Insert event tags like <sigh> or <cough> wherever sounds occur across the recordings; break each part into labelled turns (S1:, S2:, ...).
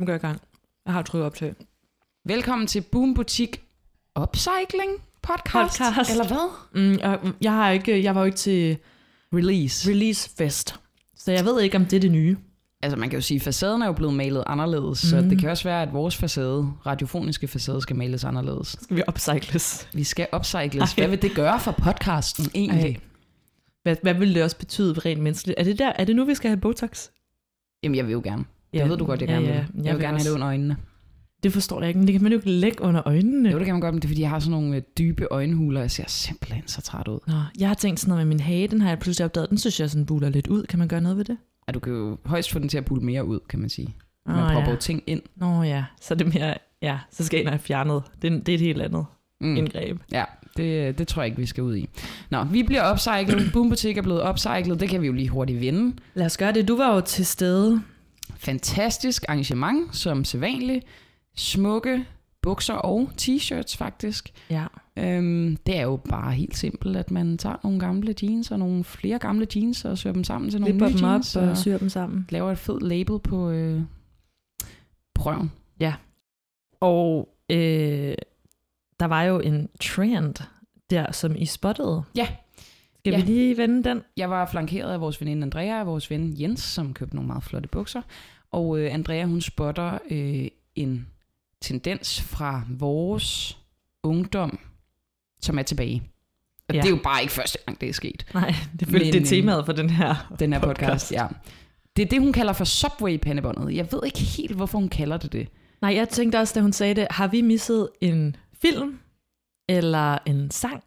S1: Nu går jeg i gang. Jeg har trykket optag.
S2: Velkommen til Boom Butik Upcycling podcast,
S1: Podcast.
S2: eller hvad?
S1: Mm, jeg, jeg, har ikke, jeg var jo ikke til
S2: Release.
S1: release fest, så jeg ved ikke, om det er det nye.
S2: Altså man kan jo sige, at facaden er jo blevet malet anderledes, mm. så
S1: Mhm.
S2: det kan også være, at vores facade, radiofoniske facade, skal males anderledes.
S1: Skal vi upcycles?
S2: Vi skal
S1: Ej.
S2: upcycles. Hvad vil det gøre for podcasten egentlig?
S1: Ej. Hvad, hvad vil det også betyde rent menneskeligt? Er det, der, er det nu, vi skal have Botox?
S2: Jamen jeg vil jo gerne. Det ved du godt, jeg gerne vil. Jeg, vil gerne have det
S1: også.
S2: under øjnene.
S1: Det forstår jeg ikke, men det kan man jo ikke lægge under øjnene.
S2: Jo, det kan man godt, men det er fordi, jeg har sådan nogle øh, dybe øjenhuler, og jeg ser simpelthen så træt ud.
S1: Nå, jeg har tænkt sådan noget med min hage, den har jeg pludselig opdaget, den synes jeg sådan buler lidt ud. Kan man gøre noget ved det?
S2: Ja, du kan jo højst få den til at pulle mere ud, kan man sige.
S1: Åh,
S2: Man oh, propper
S1: Ah, ja.
S2: ja. ting ind.
S1: Nå ja, så er det mere, ja, så skal jeg ind og have fjernet. Det, er- det er et helt andet mm.
S2: Mm.
S1: indgreb.
S2: Det, det tror jeg ikke, vi skal ud i. Nå, vi bliver upcyclet. <clears throat> Boom Butik er blevet upcyclet. Det kan vi jo lige hurtigt vinde.
S1: Lad os gøre det. Du var jo til stede.
S2: Fantastisk arrangement, som sædvanligt. Smukke bukser og t-shirts, faktisk.
S1: Ja.
S2: Øhm, det er jo bare helt simpelt, at man tager nogle gamle jeans og nogle flere gamle jeans og søger dem sammen til nogle
S1: Lipper
S2: nye
S1: dem
S2: jeans.
S1: op og
S2: og
S1: syr dem sammen.
S2: laver et fedt label på øh, prøven.
S1: Og øh, der var jo en trend der, som I spottede.
S2: Ja.
S1: Skal
S2: Ja.
S1: vi lige vende den?
S2: Jeg var flankeret af vores veninde Andrea og vores ven Jens, som købte nogle meget flotte bukser. Og øh, Andrea, hun spotter øh, en tendens fra vores ungdom, som er tilbage. Og
S1: Ja.
S2: ja. det er jo bare ikke første gang, det er sket.
S1: Nej, det, er
S2: Men,
S1: fordi, det er
S2: øh,
S1: temaet for den her.
S2: Den her podcast,
S1: Podcast.
S2: podcast ja. Det er det, hun kalder for Subway-pandebåndet. Jeg ved ikke helt, hvorfor hun kalder det det.
S1: Nej, jeg tænkte også, da hun sagde det, har vi misset en film, eller en sang,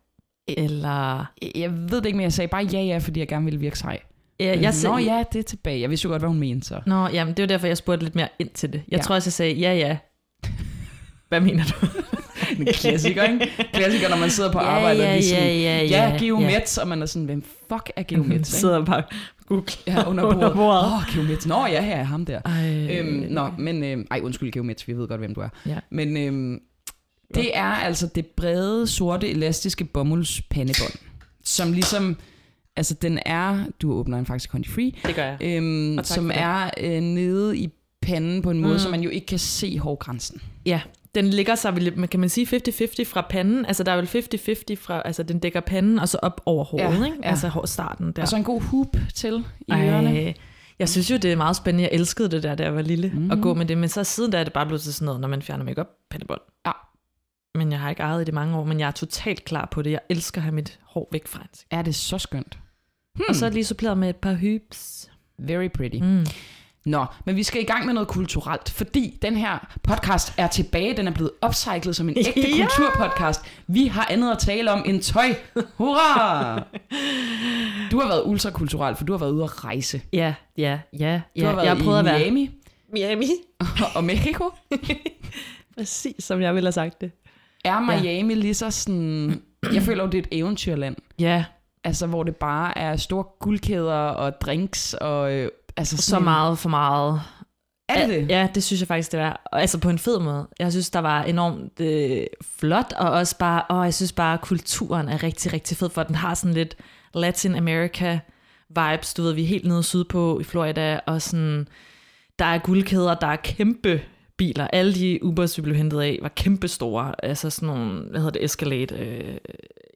S1: eller...
S2: Jeg ved det ikke, men jeg sagde bare ja, ja, fordi jeg gerne ville virke sej.
S1: Ja,
S2: Jeg Nå ja, det er tilbage. Jeg vidste jo godt, hvad hun
S1: <laughs>
S2: mente så.
S1: Nå, jamen, det var derfor, jeg spurgte lidt mere ind til det. Jeg ja.
S2: Ja.
S1: tror også, jeg sagde, ja, ja. Hvad mener du?
S2: En klassiker, ikke? Klassiker, når man sidder på arbejde, og
S1: ja,
S2: de er
S1: ja,
S2: sådan,
S1: ja,
S2: ja, geomet, og man er sådan, hvem fuck er
S1: <laughs>
S2: geomet? ikke?
S1: sidder bare Google.
S2: Ja,
S1: <laughs>
S2: under bordet. Åh, oh, geomet. Nå, ja, her er ham der.
S1: Ej, øh,
S2: Øhm, nå, men... Øhm, ej, undskyld, geomet, vi ved godt, hvem du er.
S1: Ja.
S2: Men øhm, det er altså det brede, sorte, elastiske bomuldspandebånd, som ligesom... Altså, den er... Du åbner en faktisk Conti Free.
S1: det gør jeg.
S2: Øhm,
S1: Og tak
S2: som
S1: for det.
S2: er øh, nede i panden på en måde,
S1: Mm.
S2: mm. så man jo ikke kan se hårgrænsen.
S1: Den ligger sig, vel- men kan man sige 50-50 fra panden? Altså, der er vel 50-50 fra, altså den dækker panden, og så op over hovedet,
S2: Ja,
S1: ikke?
S2: ja.
S1: Altså hår- starten der.
S2: Og så en god hoop til i Ej. ørerne.
S1: Ej, jeg synes jo, det er meget spændende. Jeg elskede det der, da jeg var lille, mm.
S2: Mhm.
S1: at gå med det. Men så siden da er det bare blevet til sådan noget, når man fjerner makeup pandebånd.
S2: Ja.
S1: Men jeg har ikke ejet i det i mange år, men jeg er totalt klar på det. Jeg elsker at have mit hår væk fra ansigtet.
S2: Er det så skønt?
S1: Mm. Og så lige suppleret med et par hybs.
S2: Very pretty.
S1: Mm.
S2: Nå, men vi skal i gang med noget kulturelt, fordi den her podcast er tilbage. Den er blevet upcyclet som en ægte
S1: <laughs> Ja!
S2: ja! kulturpodcast. Vi har andet at tale om end tøj. Hurra! Du har været ultrakulturel, for du har været ude at rejse. Du
S1: Ja, ja, ja. ja.
S2: har været
S1: jeg har prøvet
S2: i
S1: at være
S2: Miami
S1: Miami. <laughs>
S2: og- og Mexico.
S1: Præcis, som jeg ville have sagt det.
S2: Er
S1: Ja.
S2: Miami lige så sådan... Jeg føler jo, det er et eventyrland.
S1: Ja,
S2: Altså, hvor det bare er store guldkæder og drinks og... Øh, altså sådan
S1: så
S2: en-
S1: meget for meget.
S2: Er det det?
S1: Ja, det synes jeg faktisk, det var. Og Altså på en fed måde. Jeg synes, der var enormt øh, flot, og også bare, og jeg synes bare, kulturen er rigtig, rigtig fed, for den har sådan lidt Latin America vibes. Du ved, vi er helt nede sydpå i Florida, og sådan, der er guldkæder, der er kæmpe biler. Alle de Ubers, vi blev hentet af, var kæmpe store. Altså sådan nogle, hvad hedder det, Escalade. Øh,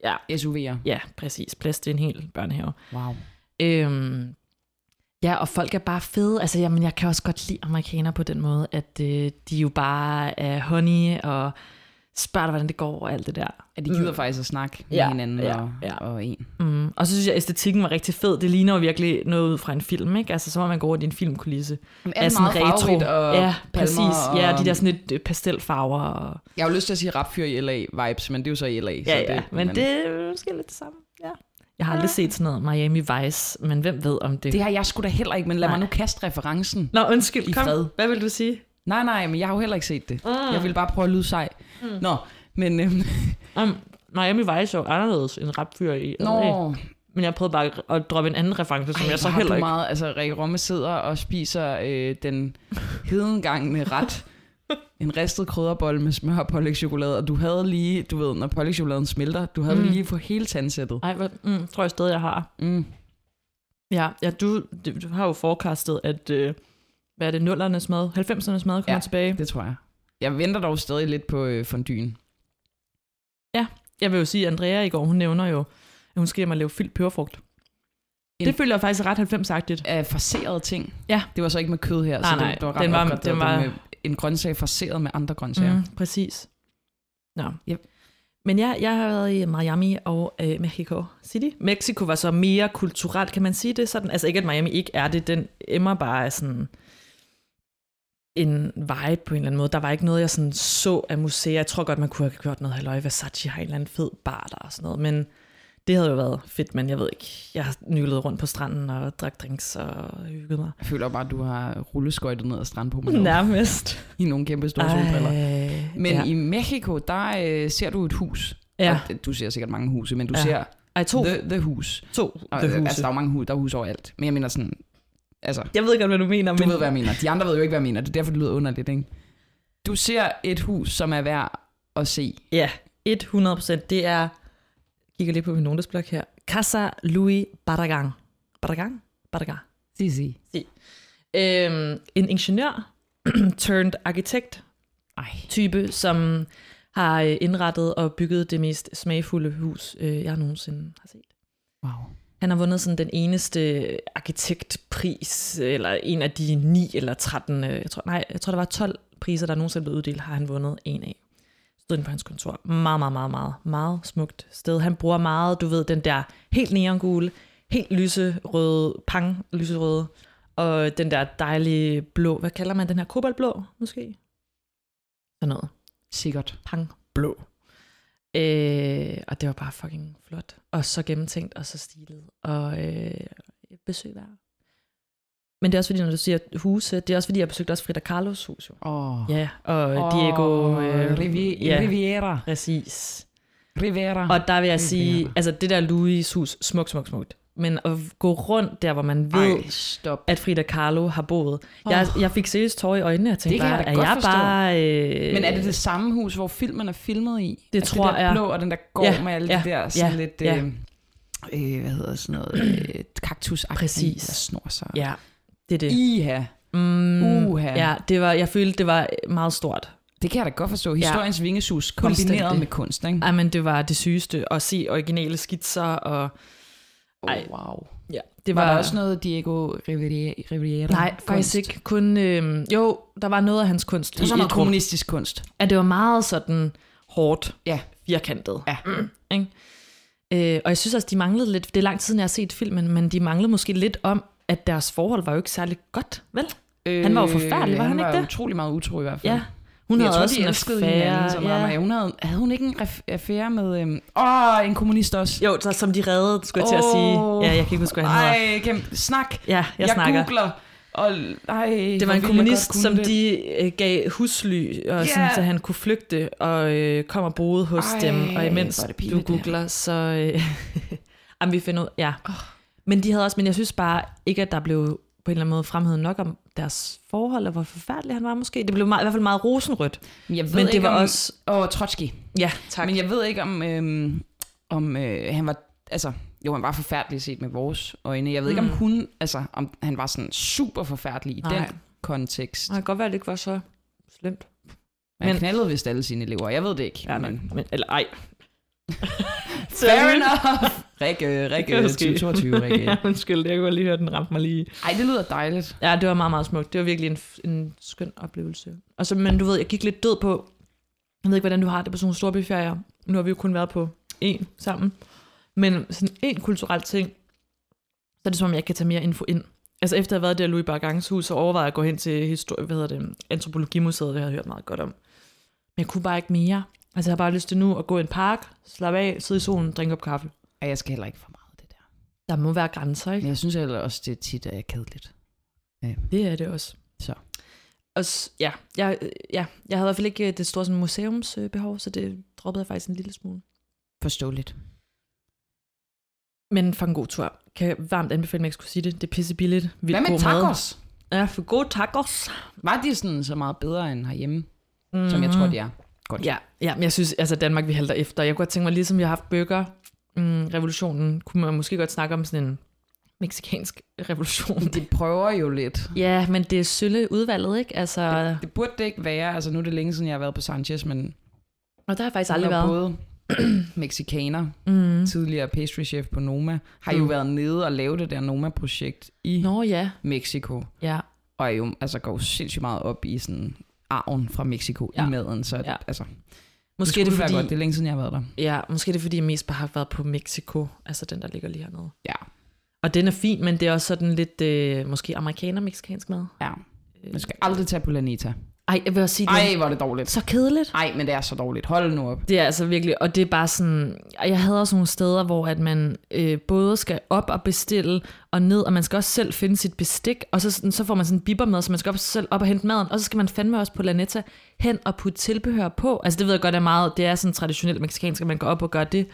S1: ja,
S2: SUV'er.
S1: ja, præcis. Plads til en hel børnehave.
S2: Wow.
S1: Øhm, ja, og folk er bare fede. Altså, jamen, jeg kan også godt lide amerikanere på den måde, at øh, de jo bare er honey og spørger dig, hvordan det går og alt det der.
S2: At de gider mm. faktisk at snakke med
S1: Ja,
S2: hinanden
S1: ja,
S2: og,
S1: ja.
S2: og en.
S1: Mm. Og så synes jeg, at æstetikken var rigtig fed. Det ligner jo virkelig noget ud fra en film, ikke? Altså, så må man gå rundt i en filmkulisse.
S2: Alt
S1: Af sådan
S2: farverigt og
S1: ja,
S2: palmer
S1: præcis. Ja,
S2: og-
S1: de der sådan lidt øh, pastelfarver. Og...
S2: Jeg har jo lyst til at sige rapfyr i LA-vibes, men det er jo så i LA.
S1: Ja,
S2: så
S1: ja,
S2: det,
S1: men det er måske lidt det samme. Ja. Jeg har aldrig set sådan noget Miami Vice, men hvem ved om det...
S2: Det har jeg sgu da heller ikke, men lad
S1: Nej.
S2: mig nu kaste referencen.
S1: Nå, undskyld,
S2: I
S1: kom.
S2: fred.
S1: Hvad vil du sige?
S2: Nej, nej, men jeg har jo heller ikke set det. Mm. Jeg vil bare prøve at lyde sej. Mm. Nå, men... Øhm,
S1: Um, Miami Vice er jo anderledes end rapfyr i LA.
S2: nå,
S1: Men jeg prøvede bare at droppe en anden reference, som Ej, jeg så
S2: hvor har
S1: heller
S2: du
S1: ikke...
S2: Meget, altså, Rikke Romme sidder og spiser øh, den hedengangne ret. en ristet krydderbolle med smør og pålægtschokolade, og du havde lige, du ved, når pålægtschokoladen smelter, du havde
S1: Mm.
S2: mm. lige på hele tandsættet.
S1: Ej, hvad, mm, tror jeg stadig, jeg har.
S2: Mm.
S1: Ja, ja du, du, du har jo forecastet, at øh, hvad er det, nullernes mad, 90'ernes mad kommer
S2: Ja.
S1: ja. tilbage.
S2: Det tror jeg. Jeg venter dog stadig lidt på øh, fondyen.
S1: Jeg vil jo sige, at Andrea i går, hun nævner jo, at hun skal hjem og lave fyldt peberfrugt.
S2: En-
S1: Det føler jeg faktisk er ret 90-agtigt.
S2: Af farserede ting.
S1: Ja.
S2: Det var så ikke med kød her,
S1: Nej,
S2: så
S1: nej.
S2: Det, det var ret
S1: Den var-
S2: opgraderet.
S1: den
S2: Det
S1: var-
S2: med en grøntsag farseret med andre grøntsager.
S1: Mm, præcis. Nå.
S2: Yep.
S1: Men jeg, jeg har været i Miami og øh, Mexico City. Mexico var så mere kulturelt, kan man sige det sådan? Altså ikke, at Miami ikke er det, den emmer bare af sådan en vibe på en eller anden måde. Der var ikke noget, jeg sådan så af museer. Jeg tror godt, man kunne have gjort noget. Halløj, Versace har en eller anden fed bar der og sådan noget. Men det havde jo været fedt, men jeg ved ikke. Jeg har nylet rundt på stranden og drak drinks og hygget mig.
S2: Jeg føler bare, at du har rulleskøjtet ned
S1: <laughs>
S2: ad strandpomen
S1: Nærmest.
S2: i nogle kæmpe store solbriller.
S1: Ej,
S2: Men
S1: ja.
S2: i Mexico, der øh, ser du et hus.
S1: ja.
S2: Og det- Du ser sikkert mange huse, men du
S1: Ja.
S2: ser
S1: Ej, to,
S2: the, the Hus.
S1: to
S2: Og,
S1: the huse.
S2: Altså, der er jo mange hus, der er hus overalt. Men jeg mener sådan, altså,
S1: Jeg ved godt, hvad du mener.
S2: du
S1: men...
S2: ved, hvad jeg mener. De andre ved jo ikke, hvad jeg mener. Det er derfor, det lyder underligt, ikke? Du ser et hus, som er værd at se.
S1: Ja, 100 procent. Det er, jeg kigger lige på min notesblok her, Casa Louis Barragan. Barragan? Barragan.
S2: Si, si.
S1: Øhm, en ingeniør <clears throat> turned arkitekt
S2: Ej.
S1: type, som har øh, indrettet og bygget det mest smagfulde hus, øh, jeg nogensinde har set.
S2: Wow.
S1: Han har vundet sådan den eneste arkitektpris, eller en af de 9 eller 13, øh, jeg tror, nej, jeg tror, der var 12 priser, der nogensinde blev uddelt, har han vundet en af. Stod inde på hans kontor. Meget, meget, meget, meget, meget smukt sted. Han bruger meget, du ved, den der helt neongule, helt lyserøde, pang, lyserøde, og den der dejlige blå, hvad kalder man den her, kobaltblå, måske? Sådan noget
S2: Sikkert.
S1: pang, blå. Øh, og det var bare fucking flot. Og så gennemtænkt, og så stilet, og øh, et besøg værd. Men det er også fordi, når du siger huse, det er også fordi, jeg besøgte også Frida Carlos hus jo.
S2: Åh. Oh.
S1: Ja, og Diego...
S2: Øh, Rivi-
S1: ja,
S2: Riviera.
S1: præcis.
S2: Rivera.
S1: Og der vil jeg
S2: Det er
S1: sige,
S2: lækkert.
S1: altså det der Louis hus, smukt, smukt, smukt. Men at gå rundt der, hvor man ved,
S2: Ej, stop.
S1: at Frida Kahlo har boet. Jeg, jeg fik seriøst tårer i øjnene, og tænkte bare,
S2: Det kan jeg da
S1: er
S2: godt
S1: jeg
S2: forstå.
S1: bare... Øh,
S2: Men er det det samme hus, hvor filmen er filmet i?
S1: Det
S2: altså
S1: tror
S2: det der
S1: jeg.
S2: blå og den der gård
S1: Ja,
S2: med alle
S1: ja,
S2: de der sådan
S1: ja,
S2: lidt...
S1: ja.
S2: Øh, øh, hvad hedder sådan noget? Øh, kaktus
S1: Præcis.
S2: Der snor sig.
S1: Ja, det er det.
S2: Iha.
S1: Mm,
S2: Uha.
S1: Ja, det var, jeg følte, det var meget stort.
S2: Det kan jeg da godt forstå. Historiens ja. vingesus kombineret
S1: Fuldstændig.
S2: med kunst, ikke?
S1: Ej, men det var det sygeste at se originale skitser, og ej.
S2: Oh, wow.
S1: ja,
S2: Det
S1: det
S2: var,
S1: var...
S2: var der også noget Diego Riviera? Riviera
S1: Nej, faktisk ikke. Kun, øh, jo, der var noget af hans kunst.
S2: Det var
S1: i
S2: sådan noget
S1: et rum.
S2: kommunistisk kunst.
S1: At det var meget sådan hårdt,
S2: Ja.
S1: firkantet.
S2: Ja.
S1: Mm, ikke? Øh, og jeg synes også, de manglede lidt, det er lang tid siden, jeg har set filmen, men de manglede måske lidt om, at deres forhold var jo ikke særlig godt, vel?
S2: Øh,
S1: Han var jo forfærdelig, var han ikke
S2: var
S1: det?
S2: utrolig meget utro i hvert fald.
S1: Ja. Hun
S2: jeg
S1: havde
S2: tror,
S1: også
S2: de
S1: en
S2: elskede
S1: affære,
S2: hinanden så meget. Ja. Hun havde, havde hun ikke en ref- affære med... Øhm, åh, en kommunist også.
S1: Jo, så, som de reddede, skulle jeg til at sige.
S2: Åh.
S1: Ja, jeg kan ikke huske, hvad han hedder.
S2: Ej, kæmpe snak.
S1: Ja, jeg, snakker.
S2: googler. Og, ej,
S1: Det var en kommunist, som de øh, gav husly, og yeah. sådan,
S2: Ja.
S1: så han kunne flygte og øh, kom og boede hos
S2: Ej,
S1: Ej, dem. Og imens
S2: hvor er det pinligt,
S1: du
S2: det her.
S1: googler, så... Øh, <laughs> jamen, vi finder ud... Ja. Oh. Men de havde også... Men jeg synes bare ikke, at der blev på en eller anden måde fremhævet nok om deres forhold, og hvor forfærdelig han var måske. Det blev meget, i hvert fald meget rosenrødt.
S2: Jeg ved
S1: Men det
S2: ikke,
S1: var
S2: om,
S1: også...
S2: Og Trotsky.
S1: Ja, tak.
S2: Men jeg ved ikke, om, øhm, om øh, han var... Altså, jo, han var forfærdelig set med vores øjne. Jeg ved mm. ikke, om
S1: Mm.
S2: hun... Altså, om han var sådan super forfærdelig i
S1: Nej.
S2: den kontekst.
S1: Det kan godt være, at det ikke var så slemt.
S2: Men han
S1: Men-
S2: knaldede vist alle sine elever. Jeg ved det ikke.
S1: Ja, men, men, eller ej. <laughs>
S2: Fair enough. <laughs> Rikke, Rikke,
S1: kan ske.
S2: 2022, <laughs> Rikke.
S1: <laughs> ja, undskyld, jeg kunne lige høre, den ramte mig lige.
S2: Ej, det lyder dejligt.
S1: Ja, det var meget, meget smukt. Det var virkelig en, en skøn oplevelse. Og så, men du ved, jeg gik lidt død på, jeg ved ikke, hvordan du har det på sådan nogle storbyferier. Nu har vi jo kun været på én sammen. Men sådan en kulturel ting, så er det som om, jeg kan tage mere info ind. Altså efter at have været der i Louis Bargangs hus, så overvejede jeg at gå hen til histori- hvad hedder det, Antropologimuseet, det har jeg hørt meget godt om. Men jeg kunne bare ikke mere. Altså jeg har bare lyst til nu at gå i en park, slappe af, sidde i solen, drikke op kaffe.
S2: Ej, jeg skal heller ikke for meget af det der.
S1: Der må være grænser, ikke?
S2: Men jeg synes heller også, det er tit er kedeligt.
S1: Det er det også.
S2: Så.
S1: Og s- ja, jeg, øh, ja, jeg havde i hvert fald ikke øh, det store sådan, museumsbehov, så det droppede jeg faktisk en lille smule.
S2: Forståeligt.
S1: Men for en god tur. Kan jeg varmt anbefale, at man ikke skulle sige det. Det er pissebilligt.
S2: Hvad med tacos?
S1: Ja, for gode tacos.
S2: Var de sådan så meget bedre end herhjemme, mm-hmm.
S1: Mm-hmm.
S2: som jeg tror, de er? Godt.
S1: Mm, Ja, ja, men jeg synes, altså Danmark, vi halter efter. Jeg kunne godt tænke mig, ligesom vi har haft bøger, mm, revolutionen, kunne man måske godt snakke om sådan en meksikansk
S2: <laughs>
S1: revolution.
S2: De prøver jo lidt.
S1: Ja, men det er sølle udvalget, ikke? Altså,
S2: Det, det burde det ikke være. Altså, nu er det længe siden, jeg har været på Sanchez, men
S1: og der har jeg faktisk
S2: hun
S1: aldrig været.
S2: er både <clears throat> mexikaner,
S1: Mm.
S2: tidligere pastrychef på Noma, har jo
S1: Mm.
S2: været nede og lavet det der Noma-projekt i no.
S1: Nå ja,
S2: Mexico,
S1: ja.
S2: og er jo, altså, går jo sindssygt meget op i sådan arven fra Mexico ja.
S1: Ja.
S2: i maden, så ja.
S1: Ja.
S2: altså,
S1: Måske er det,
S2: være
S1: fordi,
S2: godt. Det er længe siden, jeg har været der.
S1: Ja, måske er det fordi, jeg mest bare har været på Mexico, altså den, der ligger lige hernede.
S2: Ja.
S1: Og den er fin, men det er også sådan lidt, øh, måske amerikaner-mexikansk mad.
S2: Ja.
S1: Øh,
S2: Man skal aldrig tage på Lanita.
S1: Ej, jeg vil også sige,
S2: Ej,
S1: det
S2: hvor er det
S1: er
S2: dårligt.
S1: så kedeligt.
S2: Ej, men det er så dårligt. Hold nu op.
S1: Det er altså virkelig, og det er bare sådan, og jeg havde også nogle steder, hvor at man øh, både skal op og bestille og ned, og man skal også selv finde sit bestik, og så, sådan- så får man sådan en biber med, så man skal op, selv op og hente maden, og så skal man fandme også på Lanetta hen og putte tilbehør på. Altså det ved jeg godt er meget, det er sådan traditionelt mexikansk, at man går op og gør det.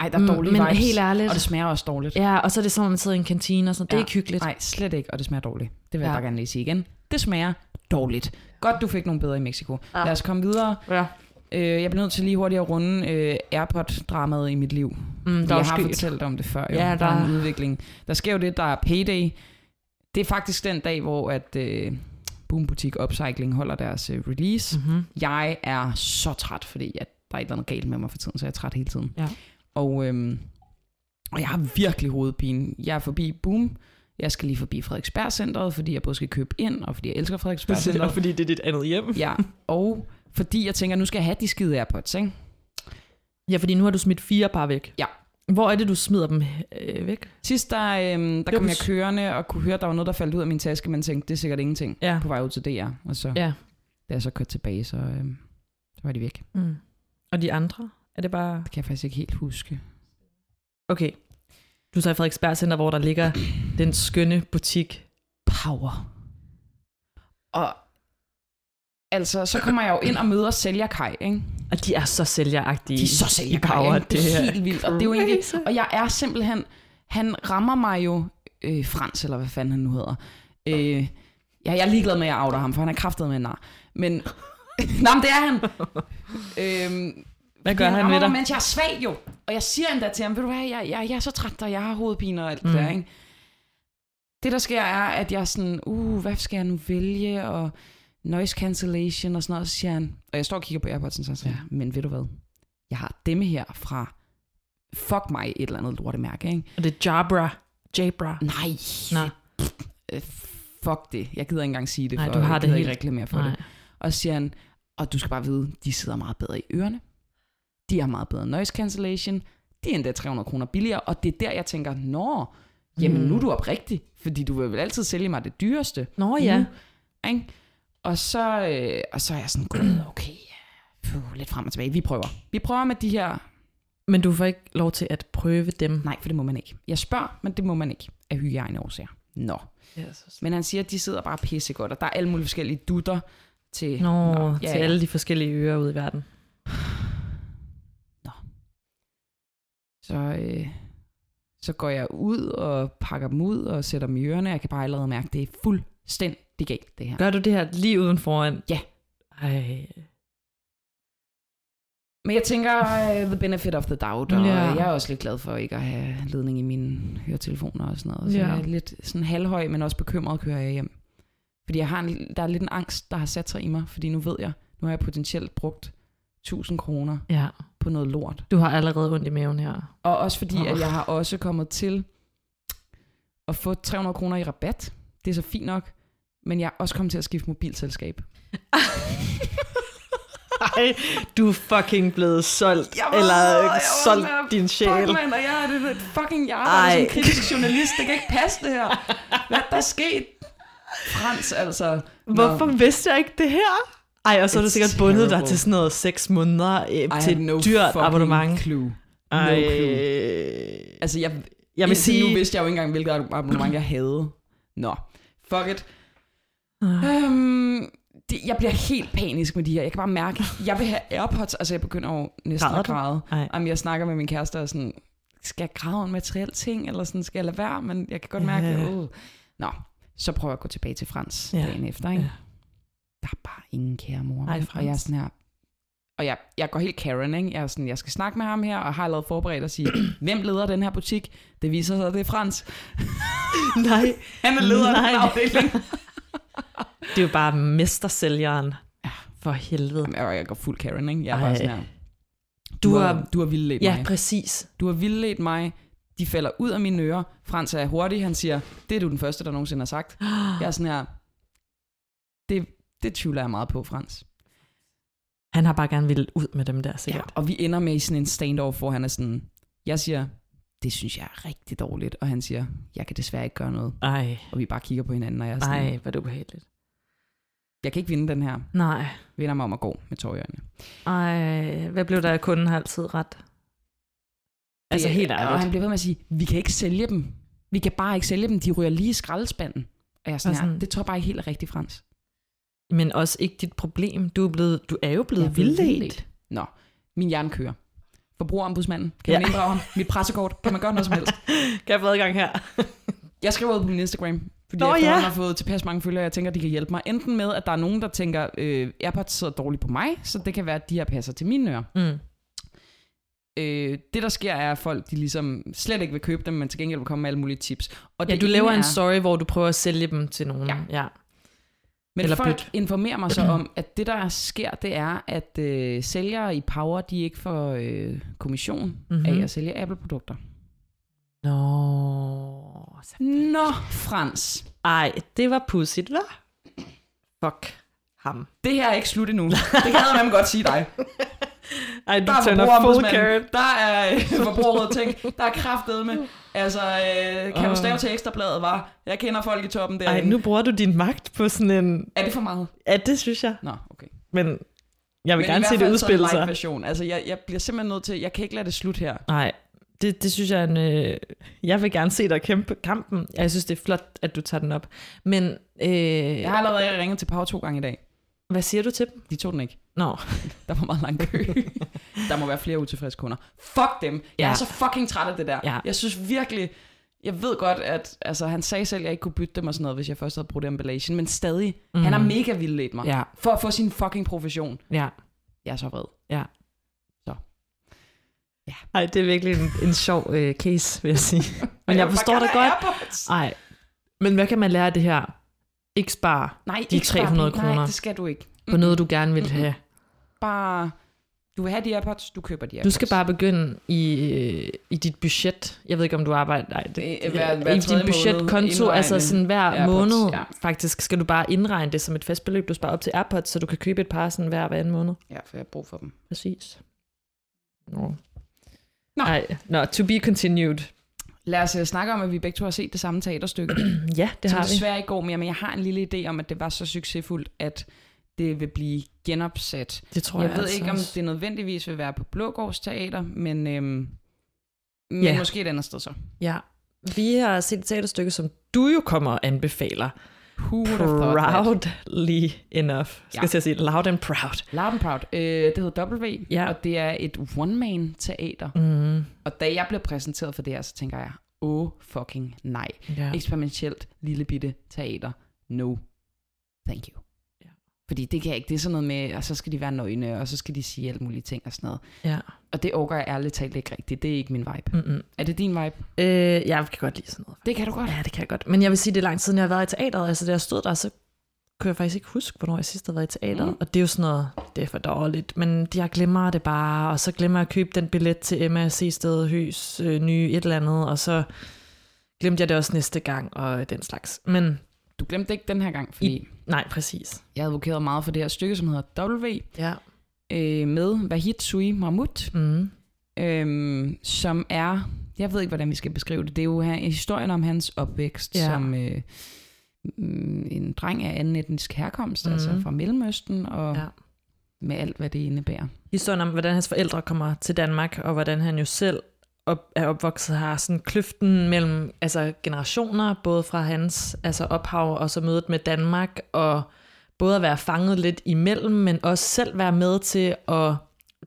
S2: Ej, der er dårlige
S1: Mm, men
S2: vibes.
S1: helt ærligt.
S2: Og det smager også dårligt.
S1: Ja, og så er det sådan, at man sidder i en kantine og sådan, det er
S2: Ja.
S1: ikke hyggeligt.
S2: Nej, slet ikke, og det smager dårligt. Det vil ja.
S1: Ja.
S2: jeg bare gerne lige sige igen. Det smager dårligt. Godt, du fik nogle bedre i Mexico.
S1: Ah.
S2: Ja. Lad os komme videre.
S1: Ja.
S2: Øh, jeg bliver nødt til lige hurtigt at runde øh, Airpod-dramaet i mit liv.
S1: Mm, der er
S2: jeg
S1: jo
S2: har
S1: sket.
S2: fortalt om det før, jo.
S1: Ja,
S2: der... der er
S1: der-
S2: en udvikling. Der sker jo det, der er payday. Det er faktisk den dag, hvor at, øh, Boom Boutique Upcycling holder deres øh, release.
S1: Mm-hmm.
S2: Jeg er så træt, fordi at der er et eller andet galt med mig for tiden, så jeg er træt hele tiden.
S1: Ja.
S2: Og, øhm, og jeg har virkelig hovedpine. Jeg er forbi Boom. Jeg skal lige forbi Frederiksberg Centeret, fordi jeg både skal købe ind, og fordi jeg elsker Frederiksberg Centeret.
S1: fordi det er dit andet hjem.
S2: <laughs> ja, og fordi jeg tænker, nu skal jeg have de skide Airpods, ikke?
S1: Ja, fordi nu har du smidt fire par væk.
S2: Ja.
S1: Hvor er det, du smider dem øh, væk?
S2: Sidst der, øhm, der
S1: var
S2: kom
S1: på
S2: jeg
S1: s-
S2: kørende og kunne høre, at der var noget, der faldt ud af min taske, men tænkte, det er sikkert ingenting.
S1: Ja.
S2: På vej ud til DR, og så,
S1: Ja.
S2: da jeg så kørte tilbage, så, øhm, så var de væk.
S1: Mm. Og de andre? Er det bare...
S2: Det kan jeg faktisk ikke helt huske.
S1: Okay. Du tager i Frederiksberg Center, hvor der ligger den skønne butik.
S2: power. Og altså, så kommer jeg jo ind og møder sælgerkaj, ikke?
S1: Og de er så sælgeragtige.
S2: De er så sælgerkaj, ikke? Det er helt vildt, og det er jo egentlig...
S1: crazy.
S2: Og jeg er simpelthen... Han rammer mig jo... Øh, Frans, eller hvad fanden han nu hedder. Øh, ja, jeg er ligeglad med, at jeg outer ham, for han er kraftet med en nar. Men... <laughs> Nej, men det er <laughs> han. øhm,
S1: Hvad gør han
S2: rammer
S1: med dig?
S2: mig, Mens jeg er svag jo. Og jeg siger endda til ham, ved du hvad, jeg, jeg, jeg er så træt, og jeg har hovedpine og alt mm. det
S1: Mm.
S2: der, ikke? Det, der sker, er, at jeg er sådan, uh, hvad skal jeg nu vælge, og noise cancellation og sådan noget, så siger han, og jeg står og kigger på Airpods'en, så er jeg sådan, ja. men ved du hvad, jeg har dem her fra fuck mig et eller andet lortemærke, ikke?
S1: Og det er Jabra. Jabra.
S2: Nej,
S1: Nej.
S2: Øh, fuck det, jeg gider ikke engang sige det,
S1: Nej,
S2: for
S1: du har
S2: jeg
S1: det
S2: gider
S1: helt-
S2: ikke reklamere for det.
S1: Nej.
S2: Og så siger han, og du skal bare vide, de sidder meget bedre i ørerne. De har meget bedre noise cancellation. De er endda 300 kroner billigere. Og det er der, jeg tænker, nå, jamen
S1: Mm.
S2: nu er du oprigtig. Fordi du vil vel altid sælge mig det dyreste.
S1: Nå ja.
S2: Nu, ikke? Og, så, øh, og så er jeg sådan, gud, okay, puh, lidt frem og tilbage. Vi prøver. Vi prøver med de her
S1: Men du får ikke lov til at prøve dem.
S2: Nej, for det må man ikke. Jeg spørger, men det må man ikke af hygiejneårsager. Nå.
S1: Jesus.
S2: Men han siger, at de sidder bare pissegodt, og der er alle mulige forskellige dutter til...
S1: Nå, Nå
S2: ja,
S1: til
S2: ja.
S1: alle de forskellige øer ude i verden.
S2: Så, øh, så går jeg ud og pakker dem ud og sætter dem i ørerne. Jeg kan bare allerede mærke, at det er fuldstændig galt, det her.
S1: Gør du det her lige uden foran?
S2: Ja.
S1: Ej.
S2: Men jeg tænker, øh, the benefit of the doubt, og
S1: Ja.
S2: jeg er også lidt glad for ikke at have ledning i mine høretelefoner og sådan noget. Så
S1: Ja.
S2: jeg er lidt sådan halvhøj, men også bekymret kører jeg hjem. Fordi jeg har en, der er lidt en angst, der har sat sig i mig, fordi nu ved jeg, nu har jeg potentielt brugt 1000 kroner
S1: Ja.
S2: på noget lort.
S1: Du har allerede ondt i maven
S2: <laughs>
S1: her.
S2: Og også fordi, oh. at
S1: Åh.
S2: jeg har også kommet til at få 300 kroner i rabat. Det er så fint nok, men jeg er også kommet til at skifte mobilselskab.
S1: Ej, du er fucking blevet solgt.
S2: Jeg var så- jeg var sådan,
S1: din
S2: Fuck, man, og jeg er det der fucking jeg arbejder
S1: Ej.
S2: som kritisk journalist. Det kan ikke passe det her. Hvad er der sket? Frans, altså.
S1: Hvorfor vidste jeg ikke det her? Ej, og så er du
S2: It's
S1: sikkert bundet dig
S2: terrible.
S1: til sådan noget seks måneder
S2: Nå,
S1: øh,
S2: I
S1: til
S2: had
S1: et
S2: no
S1: dyrt
S2: fucking
S1: abonnement.
S2: Clue.
S1: Ej, øh,
S2: clue. Altså, jeg,
S1: jeg vil sige...
S2: nu vidste jeg jo ikke engang, hvilket abonnement jeg havde. Nå, fuck it.
S1: Ah,
S2: Øhm, det, jeg bliver helt panisk med de her. Jeg kan bare mærke, jeg vil have AirPods. Altså, jeg begynder jo næsten
S1: Græder
S2: at
S1: du?
S2: græde.
S1: Ej.
S2: Jamen, jeg snakker med min kæreste og sådan, skal jeg græde over en materiel ting, eller sådan, skal jeg lade være? Men jeg kan godt mærke,
S1: Ja.
S2: yeah. Nå, så prøver jeg at gå tilbage til Frans
S1: Ja.
S2: yeah. dagen efter, ikke?
S1: Ja.
S2: Der er bare ingen kære mor.
S1: Ej,
S2: vel? og jeg er
S1: Frans.
S2: sådan her, Og jeg, jeg går helt Karen, ikke? Jeg er sådan, jeg skal snakke med ham her, og har allerede forberedt at
S1: <clears throat>
S2: sige, hvem leder den her butik? Det viser sig, at det er Frans.
S1: Nej.
S2: Han er leder af den
S1: Nej.
S2: afdeling. <laughs>
S1: Det er jo bare mestersælgeren. For helvede.
S2: Jamen, Jeg jeg går fuld Karen, ikke? Jeg er bare
S1: Ej.
S2: sådan her.
S1: Du
S2: Du
S1: har-
S2: har, du har vildledt
S1: Ja,
S2: mig.
S1: præcis.
S2: Du har vildledt mig. De falder ud af mine ører. Frans er hurtig. Han siger, det er du den første, der nogensinde har
S1: <gasps>
S2: sagt. Jeg er sådan her, det, det tvivler jeg meget på, Frans.
S1: Han har bare gerne ville ud med dem der, sikkert.
S2: Og vi ender med i sådan en standoff, hvor han er sådan, jeg siger, det synes jeg er rigtig dårligt. Og han siger, jeg kan desværre ikke gøre noget.
S1: Ja. Ej,
S2: Og vi bare kigger på hinanden, og jeg er sådan,
S1: ej, hvor er det ubehageligt.
S2: jeg kan ikke vinde den her.
S1: Nej,
S2: Vinder mig om at gå med tårer i øjnene.
S1: ej, hvad blev der, at kunden har altid ret? Altså
S2: Det-
S1: helt
S2: Og han
S1: ærligt.
S2: bliver ved med at sige, vi kan ikke sælge dem. Vi kan bare ikke sælge dem. De ryger lige i skraldespanden. Og jeg er sådan,
S1: Og sådan-
S2: sådan ja, det tror jeg bare ikke helt er rigtigt, Frans.
S1: Men også ikke dit problem. Du er, blevet, du er jo blevet
S2: Jeg
S1: ja,
S2: er blevet
S1: vildledt.
S2: vildledt. Nå, min hjerne kører. Forbrugerombudsmanden, kan
S1: Ja.
S2: ja. man inddrage ham? Mit pressekort, kan man gøre noget som helst?
S1: Kan jeg få adgang her?
S2: Jeg skriver ud på min Instagram, fordi
S1: Nå,
S2: Nå, jeg
S1: ja.
S2: ja. har fået tilpas mange følgere, jeg tænker, de kan hjælpe mig. Enten med, at der er nogen, der tænker, øh, Airpods sidder dårligt på mig, så det kan være, at de her passer til mine ører.
S1: Mm.
S2: Øh, det, der sker, er, at folk de ligesom slet ikke vil købe dem, men til gengæld vil komme med alle mulige tips. Og
S1: Ja,
S2: det
S1: du
S2: ene
S1: laver
S2: er-
S1: en story, hvor du prøver at sælge dem til nogen.
S2: Ja.
S1: ja.
S2: Men
S1: Eller
S2: Eller folk
S1: byt.
S2: informerer
S1: <clears throat>
S2: mig så om, at det der sker, det er, at øh, sælgere i Power, de ikke får øh, kommission
S1: Mhm.
S2: mm-hmm. af at sælge Apple-produkter.
S1: Nå.
S2: Nå, Frans.
S1: Ej, det var pudsigt, hva'? Fuck ham.
S2: Det her er ikke slut endnu. Det kan man godt
S1: <laughs>
S2: sige dig.
S1: Ej, du
S2: Der er
S1: tænder full
S2: forbrugerombudsmanden.
S1: carrot.
S2: Der er øh, forbrugerrådet ting. Der er kraftet med. Altså, øh, kan
S1: Åh.
S2: du stave til ekstrabladet, var? Jeg kender folk i toppen
S1: Ej,
S2: derinde.
S1: nu bruger du din magt på sådan en...
S2: Er det for meget?
S1: Ja, det synes jeg.
S2: Nå, okay.
S1: Men jeg vil
S2: Men i
S1: gerne
S2: hvert
S1: se det
S2: fald så er
S1: udspille
S2: light
S1: sig.
S2: version. Altså, jeg, jeg bliver simpelthen nødt til... Jeg kan ikke lade det slut her.
S1: Nej, det, det synes jeg er en... Øh, jeg vil gerne se dig kæmpe kampen. Jeg synes, det er flot, at du tager den op. Men øh,
S2: Jeg har allerede ringet til Pau to gange i dag.
S1: hvad siger du til dem?
S2: De tog den ikke.
S1: Nå,
S2: <laughs> Der var meget lang
S1: <laughs>
S2: kø. der må være flere utilfredse kunder. Fuck dem. Jeg
S1: Ja.
S2: er så fucking træt af det der.
S1: Ja.
S2: Jeg synes virkelig... Jeg ved godt, at altså, han sagde selv, at jeg ikke kunne bytte dem og sådan noget, hvis jeg først havde brugt emballagen, men stadig, mm. han har
S1: Mhm.
S2: mega vildledt mig.
S1: ja,
S2: For at få sin fucking profession.
S1: ja.
S2: Jeg er så vred.
S1: Ej, det er virkelig en, en sjov øh, case, vil jeg
S2: <laughs>
S1: sige. Men jeg forstår det godt. Ah, Ej, men hvad kan man lære af det her? Ikke spare
S2: Nej,
S1: De
S2: ikke spare
S1: 300
S2: penge.
S1: kroner.
S2: Nej, det skal du ikke.
S1: på noget, du gerne vil
S2: Mm-mm.
S1: have.
S2: Bare, du vil have de AirPods, du køber
S1: Du
S2: de AirPods.
S1: skal bare begynde i, øh, i dit budget. Jeg ved ikke, om du arbejder... Nej, det,
S2: Øh, hver- hver
S1: I
S2: tredje
S1: din
S2: måned
S1: budgetkonto,
S2: indregne
S1: altså sådan hver
S2: AirPods,
S1: måned
S2: ja.
S1: faktisk, skal du bare indregne det som et fast beløb, du sparer op til AirPods, så du kan købe et par sådan hver hver anden måned.
S2: Ja, for jeg har brug for dem.
S1: Præcis. Nå.
S2: Nå.
S1: Nej, no, to be continued.
S2: Lad os øh, snakke om, at vi begge to har set det samme teaterstykke. Det
S1: Ja, det
S2: som
S1: har vi.
S2: desværre ikke går mere, men jeg har en lille idé om, at det var så succesfuldt, at det vil blive genopsat.
S1: Det tror jeg,
S2: Jeg ved
S1: altså
S2: ikke, om
S1: også.
S2: det nødvendigvis vil være på Blågårds Teater, men, øhm, men
S1: Ja.
S2: måske et andet sted så.
S1: Ja. Vi har set et teaterstykke, som du jo kommer og anbefaler.
S2: Who would have thought that?
S1: Proudly enough. Skal
S2: Ja.
S1: jeg til at sige loud and proud.
S2: Loud and Proud. Øh, det hedder W,
S1: Ja.
S2: og det er et one-man-teater.
S1: Mm,
S2: Og da jeg blev præsenteret for det her, så tænker jeg, oh fucking nej.
S1: ja.
S2: Eksperimentelt, lille bitte teater. No. Thank you.
S1: Ja.
S2: Fordi det kan jeg ikke. Det er sådan noget med, og så skal de være nøgne, og så skal de sige alt mulige ting og sådan noget.
S1: Ja.
S2: Og det overgår jeg ærligt talt ikke rigtigt. Det er ikke min vibe.
S1: Mm-mm.
S2: Er det din vibe?
S1: Øh, jeg kan godt lide sådan noget.
S2: Det kan du godt.
S1: Ja, det kan jeg godt. Men jeg vil sige, det er lang tid siden, jeg har været i teateret. Altså, da jeg stod der, så kunne jeg faktisk ikke huske, hvornår jeg sidst har været i teateret. Mm.
S2: Mm.
S1: Og det er jo sådan noget, det er for dårligt. Men jeg glemmer det bare, og så glemmer jeg at købe den billet til Emma Seested Høs øh, nye et eller andet, og så glemte jeg det også næste gang, og den slags. Men
S2: Du glemte ikke den her gang, fordi I...
S1: nej, præcis.
S2: jeg advokerede meget for det her stykke, som hedder W,
S1: Ja.
S2: øh, med Vahid Sui Mahmoud.
S1: Mm.
S2: øhm, som er, jeg ved ikke, hvordan vi skal beskrive det, det er jo her, historien om hans opvækst
S1: Ja.
S2: ja. som øh, mm, en dreng af anden etnisk herkomst, mm. altså
S1: Mhm.
S2: fra Mellemøsten, og
S1: Ja.
S2: ja. med alt, hvad det indebærer.
S1: Historien om, hvordan hans forældre kommer til Danmark, og hvordan han jo selv op, er opvokset her. Sådan kløften mellem altså generationer, både fra hans altså ophav og så mødet med Danmark, og både at være fanget lidt imellem, men også selv være med til at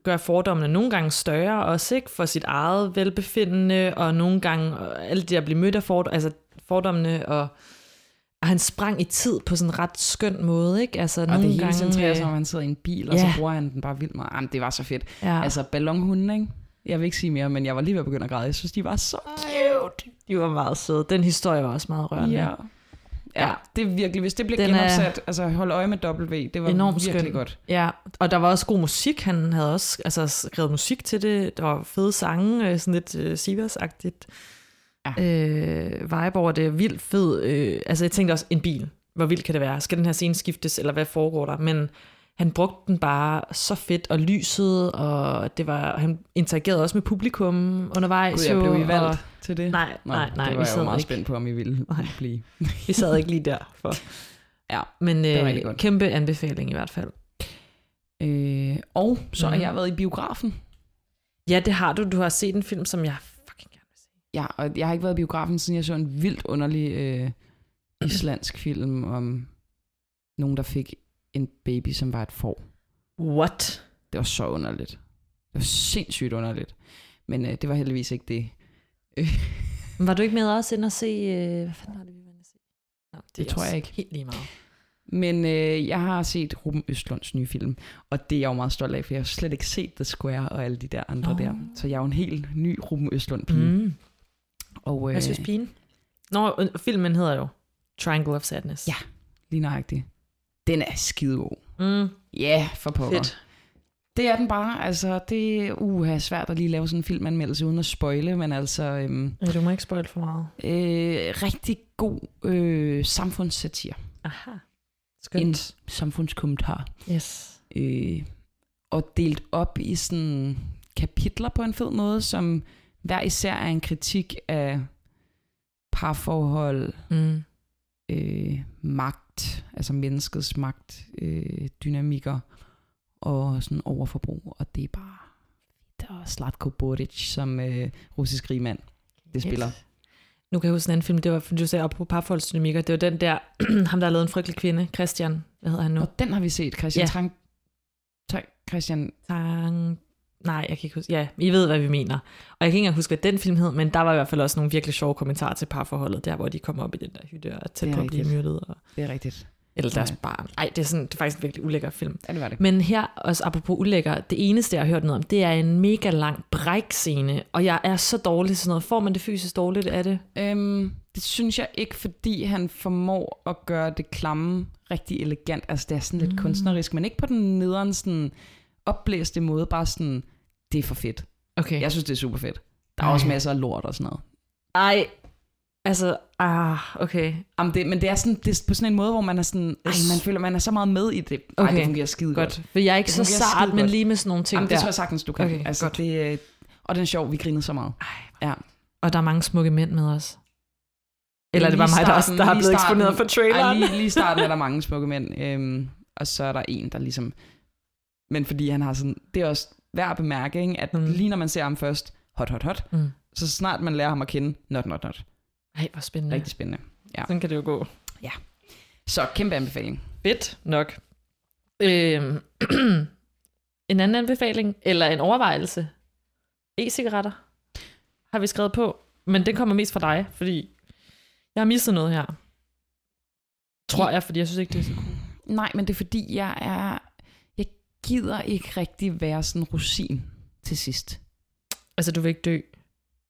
S1: gøre fordommene nogle gange større også, ikke? For sit eget velbefindende, og nogle gange øh, alt det at blive mødt af fordommene, altså fordommene og Og han sprang i tid på sådan en ret skøn måde, ikke? Altså,
S2: Og
S1: nogle
S2: det hele
S1: gange,
S2: centrerer
S1: øh,
S2: sig, om han sidder i en bil, og så
S1: ja.
S2: bruger han den bare vildt meget. Jamen, det var så fedt.
S1: Ja. Altså,
S2: Altså, ballonhunden, ikke? Jeg vil ikke sige mere, men jeg var lige ved at begynde at græde. Jeg synes, de var så cute.
S1: de var meget søde. Den historie var også meget rørende.
S2: Ja.
S1: Ja.
S2: ja, det er virkelig, hvis det bliver
S1: Den er-
S2: genopsat, altså hold øje med W, det var
S1: Enormt
S2: virkelig
S1: skøn.
S2: godt.
S1: Ja, og der var også god musik. Han havde også altså, skrevet musik til det. Der var fede sange, øh, sådan lidt øh, Sivas-agtigt
S2: Ja.
S1: øh, vibe over det. Vildt fed. Øh, altså jeg tænkte også, en bil. Hvor vildt kan det være? Skal den her scene skiftes, eller hvad foregår der? Men han brugte den bare så fedt, og lyset, og det var, han interagerede også med publikum undervejs.
S2: Gud, jeg blev
S1: jo,
S2: I valgt
S1: og-
S2: til det?
S1: Nej,
S2: Nå,
S1: nej, nej.
S2: det
S1: vi
S2: var jeg
S1: sad
S2: jo meget
S1: ikke.
S2: spændt på, om I <laughs> ville
S1: Nej.
S2: blive.
S1: Vi sad ikke lige derfor.
S2: Ja,
S1: Men
S2: var rigtig
S1: øh,
S2: godt.
S1: kæmpe anbefaling i hvert fald.
S2: Øh, og så har
S1: Mhm.
S2: jeg været i biografen.
S1: Ja, det har du. Du har set en film, som jeg fucking gerne vil se.
S2: Ja, og jeg har ikke været i biografen, siden jeg så en vildt underlig øh, islandsk film om nogen, der fik en baby, som var et får.
S1: What?
S2: Det var så underligt. Det var sindssygt underligt. Men øh, det var heldigvis ikke det.
S1: Men Var du ikke med også ind og se... Øh, hvad fanden var det, vi var inde og se? Nå, det,
S2: Det
S1: er
S2: tror jeg
S1: også
S2: ikke.
S1: Helt lige meget.
S2: Men øh, jeg har set Ruben Østlunds nye film, og det er jeg jo meget stolt af, for jeg har slet ikke set The Square og alle de der andre
S1: Nå.
S2: der. Så jeg er jo en helt ny Ruben Østlund-pige. Mm.
S1: Mm.
S2: Og, øh,
S1: Jeg synes, pigen. Nå, øh, filmen hedder jo Triangle of Sadness.
S2: Ja. lige nøjagtigt. Den er skidegod.
S1: Mm,
S2: Ja, yeah, for pokker.
S1: fedt.
S2: Det er den bare. Altså, det uh, er svært at lige lave sådan en filmanmeldelse uden at spoile, men altså øhm,
S1: Ja, du må ikke spoil for meget.
S2: øh, rigtig god øh, samfundssatir.
S1: Aha.
S2: En
S1: Skønt.
S2: samfundskommentar.
S1: Yes.
S2: øh, og delt op i sådan kapitler på en fed måde, som hver især er en kritik af parforhold,
S1: Mm.
S2: øh, magt, altså menneskets magt, øh, dynamikker og sådan overforbrug, og det er bare der er Slatko Boric som øh, russisk rigmand. Det spiller.
S1: Nu kan jeg huske en anden film, det var, fordi du sagde, op på parforholdsdynamikker, det var den der, <clears throat> ham der har lavet en frygtelig kvinde, Christian, hvad hedder han nu?
S2: Og den har vi set, Christian
S1: Ja.
S2: ja. Trang... Trang... Christian...
S1: Tang... Nej, jeg kan ikke huske. Ja, I ved, hvad vi mener. Og jeg kan ikke engang huske, hvad den film hed, men der var i hvert fald også nogle virkelig sjove kommentarer til parforholdet, der hvor de kommer op i den der hytte og er tæt
S2: Det er
S1: på at blive
S2: rigtigt.
S1: myrdet. Og...
S2: Det er rigtigt.
S1: Eller deres
S2: Nej.
S1: barn. Nej, det er, sådan, det er faktisk en virkelig ulækker film.
S2: Ja, det var det.
S1: Men her, også apropos ulækker, det eneste, jeg har hørt noget om, det er en mega lang brækscene, og jeg er så dårlig til sådan noget. Får man det fysisk dårligt af det?
S2: Øhm, det synes jeg ikke, fordi han formår at gøre det klamme rigtig elegant. Altså, det er sådan lidt
S1: Mm.
S2: mm. kunstnerisk, men ikke på den nederen sådan opblæste måde, bare sådan, det er for fedt.
S1: Okay.
S2: Jeg synes, det er super fedt. Der er
S1: Ej.
S2: også masser af lort og sådan noget.
S1: Ej, altså, ah, okay.
S2: Jamen det, men det er, sådan, det er på sådan en måde, hvor man er sådan, ej, man føler, man er så meget med i det. Ej,
S1: Okay.
S2: det fungerer skide godt.
S1: Godt. For jeg er ikke
S2: Det
S1: så
S2: fungerer
S1: sart,
S2: skide
S1: men
S2: godt.
S1: lige med sådan nogle ting
S2: Jamen, det
S1: der.
S2: tror jeg sagtens, du kan.
S1: Okay,
S2: altså,
S1: godt.
S2: Det, øh, og den er sjov, vi grinede så meget.
S1: Ej, og der er mange smukke mænd med os. Eller er det
S2: Lige
S1: bare mig, der, også,
S2: starten,
S1: der har
S2: lige
S1: blevet eksponeret for
S2: starten.
S1: traileren?
S2: Ej, lige, lige i starten er <laughs> der mange smukke mænd, øhm, og så er der en, der ligesom... Men fordi han har sådan... Det er også værd at bemærke, ikke? at
S1: Mm.
S2: mm. lige når man ser ham først, hot, hot, hot,
S1: Mm.
S2: så snart man lærer ham at kende, not, not, not.
S1: Ej, hvor spændende.
S2: Rigtig spændende.
S1: Sådan kan det jo gå.
S2: Så kæmpe anbefaling.
S1: Fedt nok. Øhm, <clears throat> en anden anbefaling, eller en overvejelse. E-cigaretter har vi skrevet på, men den kommer mest fra dig, fordi jeg har misset noget her. Tror jeg, fordi jeg synes ikke, det er så cool.
S2: Nej, men det er fordi, jeg er... Jeg gider ikke rigtig være sådan rosin til sidst.
S1: Altså, du vil ikke dø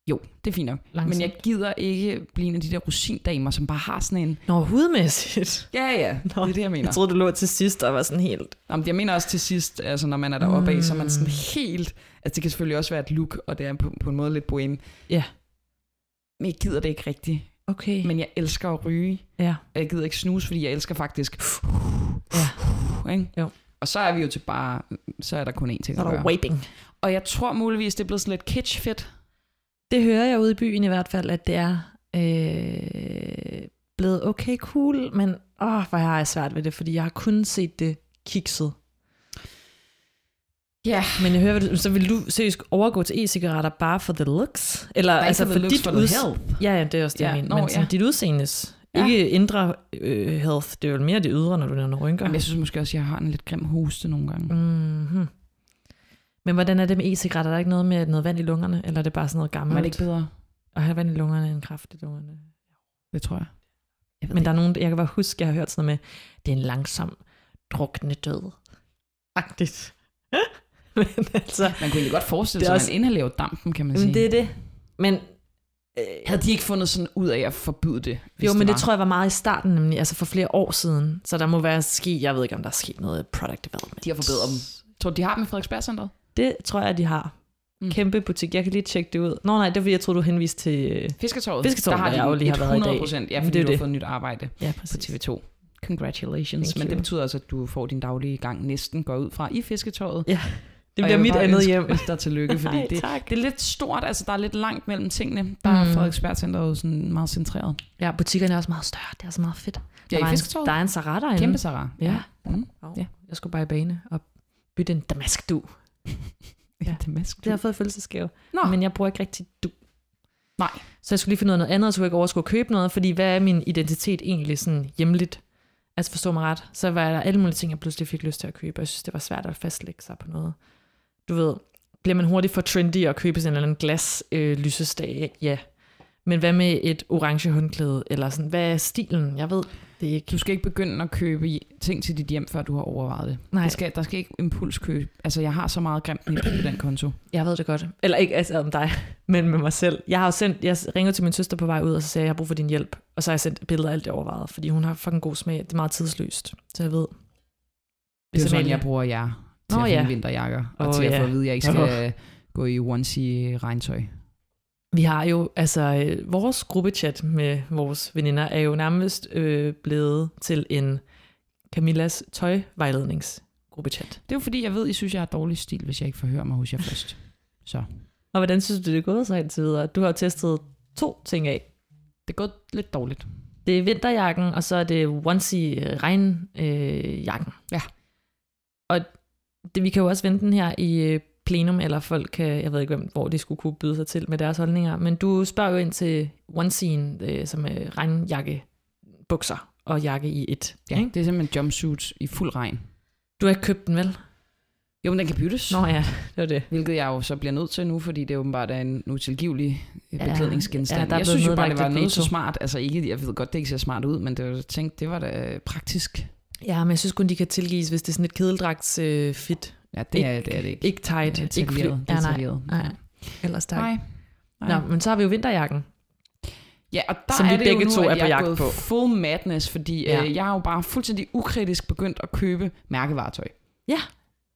S2: Jo, det er fint nok.
S1: langsomt.
S2: Men jeg gider ikke blive en af de der rosindamer, som bare har sådan en...
S1: Nå, hudmæssigt.
S2: Ja, ja, det
S1: Nå,
S2: er det, jeg mener.
S1: Jeg troede, du lå til sidst og var sådan helt...
S2: Jamen, jeg mener også til sidst, altså når man er deroppe af, så er man
S1: Mm.
S2: sådan helt... Altså det kan selvfølgelig også være et look, og det er på, på en måde lidt bohem.
S1: Ja.
S2: Men jeg gider det ikke rigtigt.
S1: Okay. Men,
S2: Men jeg elsker at ryge.
S1: ja.
S2: Og jeg gider ikke snuse, fordi jeg elsker faktisk...
S1: Ja.
S2: Ikke?
S1: Jo.
S2: Og så er vi jo til bare... Så er der kun én ting
S1: Så
S2: at
S1: er der
S2: gøre.
S1: vaping.
S2: Og jeg tror muligvis, det er blevet sådan lidt kitsch fedt.
S1: Det hører jeg ude i byen i hvert fald, at det er øh, blevet okay cool, men åh, hvor har jeg svært ved det, fordi jeg har kun set det kikset.
S2: Ja.
S1: Men jeg hører, hvad du- så vil du seriøst overgå til e-cigaretter bare for the looks? Eller
S2: Nej,
S1: altså
S2: for
S1: for,
S2: the looks,
S1: dit
S2: for the health.
S1: Ja, ja, det er også det,
S2: Ja,
S1: jeg mener.
S2: nå,
S1: Men sådan,
S2: ja.
S1: dit udseendes.
S2: Ja.
S1: Ikke indre øh, health. Det er jo mere det ydre, når du nævner rynker.
S2: Jamen, jeg synes måske også, at jeg har en lidt grim hoste nogle gange.
S1: Mm-hmm. Men hvordan er det med e-cigaretter? Er der ikke noget med noget vand i lungerne? Eller er det bare sådan noget
S2: Men er
S1: gammelt?
S2: det ikke bedre?
S1: At have vand i lungerne end kraft i lungerne?
S2: Det tror jeg. Jeg ved
S1: Men der er nogen, jeg kan bare huske, jeg har hørt sådan noget med, det er en langsom, drukne død. Agtigt. <laughs> Men altså,
S2: Man kunne egentlig godt forestille
S1: Det er
S2: sig, at
S1: også-
S2: man inhalerede dampen, kan man sige.
S1: men det er det. Men, øh,
S2: Havde de ikke fundet sådan ud af at forbyde det?
S1: jo, men det,
S2: var?
S1: tror jeg var meget i starten, nemlig, altså for flere år siden. Så der må være sket, jeg ved ikke, om der er sket noget product development.
S2: De har forbedret dem. Tror du, de har dem i Frederiksbergcenteret?
S1: Det tror jeg, de har.
S2: Mm.
S1: Mm. Kæmpe butik. Jeg kan lige tjekke det ud. Nå nej, det var fordi, jeg troede, du henviste til... øh,
S2: Fisketorvet.
S1: Fisketorvet,
S2: der har
S1: hvor
S2: de
S1: jeg jo lige har været i dag.
S2: 100%, Ja,
S1: Men det
S2: fordi
S1: er
S2: det
S1: jo
S2: du har
S1: det.
S2: fået nyt arbejde
S1: Ja,
S2: på TV2. Congratulations.
S1: Thank
S2: men
S1: you.
S2: det betyder altså, at du får din daglige gang næsten går ud fra i Fisketorvet.
S1: Det bliver
S2: Og jeg vil
S1: mit
S2: bare
S1: andet
S2: ønske
S1: hjem.
S2: os Der tillykke, <laughs> fordi
S1: Ej,
S2: det,
S1: tak.
S2: det er lidt stort, altså der er lidt langt mellem tingene. Der er
S1: Mm.
S2: Frederiksbergcenteret jo sådan meget centreret.
S1: Ja, butikkerne er også meget større. Det er også meget fedt.
S2: Ja,
S1: der,
S2: i
S1: er en,
S2: Fisketorvet.
S1: der er en Sarah derinde.
S2: Kæmpe Sarah.
S1: Ja.
S2: Mm.
S1: Ja. Jeg skulle bare i bane og bytte en damaskdu.
S2: ja.
S1: Ja.
S2: Det er mask.
S1: Det har jeg fået i fødselsdagsgave,
S2: Nå,
S1: men jeg bruger ikke rigtig du.
S2: Nej.
S1: Så jeg skulle lige finde ud af noget andet, og så kunne jeg ikke overskue at købe noget, fordi hvad er min identitet egentlig sådan hjemligt? Altså forstå mig ret, så var der alle mulige ting, jeg pludselig fik lyst til at købe, og jeg synes, det var svært at fastlægge sig på noget. Du ved, bliver man hurtigt for trendy at købe sådan en eller anden glas øh, lysestage? Ja. Men hvad med et orange håndklæde, eller sådan, hvad er stilen? Jeg ved det ikke.
S2: du skal ikke begynde at købe i- ting til dit hjem, før du har overvejet det.
S1: Nej.
S2: Der skal, der skal ikke impulskøb. Altså, jeg har så meget grimt nip på den konto.
S1: Jeg ved det godt. Eller ikke altså om dig, <laughs> men med mig selv. Jeg har jo sendt, jeg ringede til min søster på vej ud, og så sagde jeg, jeg har brug for din hjælp. Og så har jeg sendt billeder af alt det overvejet, fordi hun har fucking god smag. Det er meget tidsløst, så jeg ved.
S2: Det er jo sådan,
S1: Amalie-
S2: jeg bruger jer til
S1: Nå,
S2: at finde
S1: ja.
S2: vinterjakker, og
S1: Åh,
S2: til at få
S1: ja.
S2: at vide, at jeg ikke skal gå i onesie regntøj.
S1: Vi har jo, altså øh, vores gruppechat med vores veninder er jo nærmest øh, blevet til en Camillas tøjvejledningsgruppechat.
S2: Det er jo fordi, jeg ved, I synes, jeg har dårlig stil, hvis jeg ikke forhører mig hos jer først. Så
S1: Og hvordan synes du, det er gået så indtil videre? Du har jo testet to ting af.
S2: det er gået lidt dårligt.
S1: Det er vinterjakken, og så er det onesie øh, regnjakken. Øh, jakken.
S2: Ja.
S1: Og det, vi kan jo også vente den her i øh, plenum, eller folk kan, jeg ved ikke, hvem, hvor de skulle kunne byde sig til med deres holdninger, men du spørger jo ind til onesien, øh, som er regnjakke, bukser og jakke i et.
S2: Ja,
S1: ikke?
S2: det er simpelthen jumpsuits i fuld regn.
S1: Du har ikke købt den, vel?
S2: Jo, men den kan byttes.
S1: Nå ja, <laughs> det var det.
S2: Hvilket jeg jo så bliver nødt til nu, fordi det åbenbart er en utilgivelig øh, beklædningsgenstand.
S1: ja,
S2: Ja,
S1: der er
S2: jeg
S1: blevet
S2: synes jo bare, det
S1: nedlagt et
S2: var noget så
S1: veto.
S2: smart. Altså ikke, jeg ved godt, det ikke ser smart ud, men det var, jeg tænkte, det var da øh, praktisk.
S1: Ja, men jeg synes kun, de kan tilgives, hvis det er sådan et kedeldragts øh, fit.
S2: Ja, det, er, det er det ikke.
S1: Ikke tight,
S2: det er
S1: ikke fly.
S2: detaljeret.
S1: Ja, nej.
S2: detaljeret.
S1: nej. Ellers tak.
S2: Nej.
S1: Nå, men så har vi jo vinterjakken.
S2: Ja, og der
S1: Som vi
S2: er det
S1: begge
S2: jo nu,
S1: to er
S2: at
S1: på
S2: jeg er
S1: jagt
S2: gået
S1: på.
S2: full madness, fordi
S1: Ja.
S2: ja. øh, jeg er jo bare fuldstændig ukritisk begyndt at købe mærkevaretøj.
S1: Ja.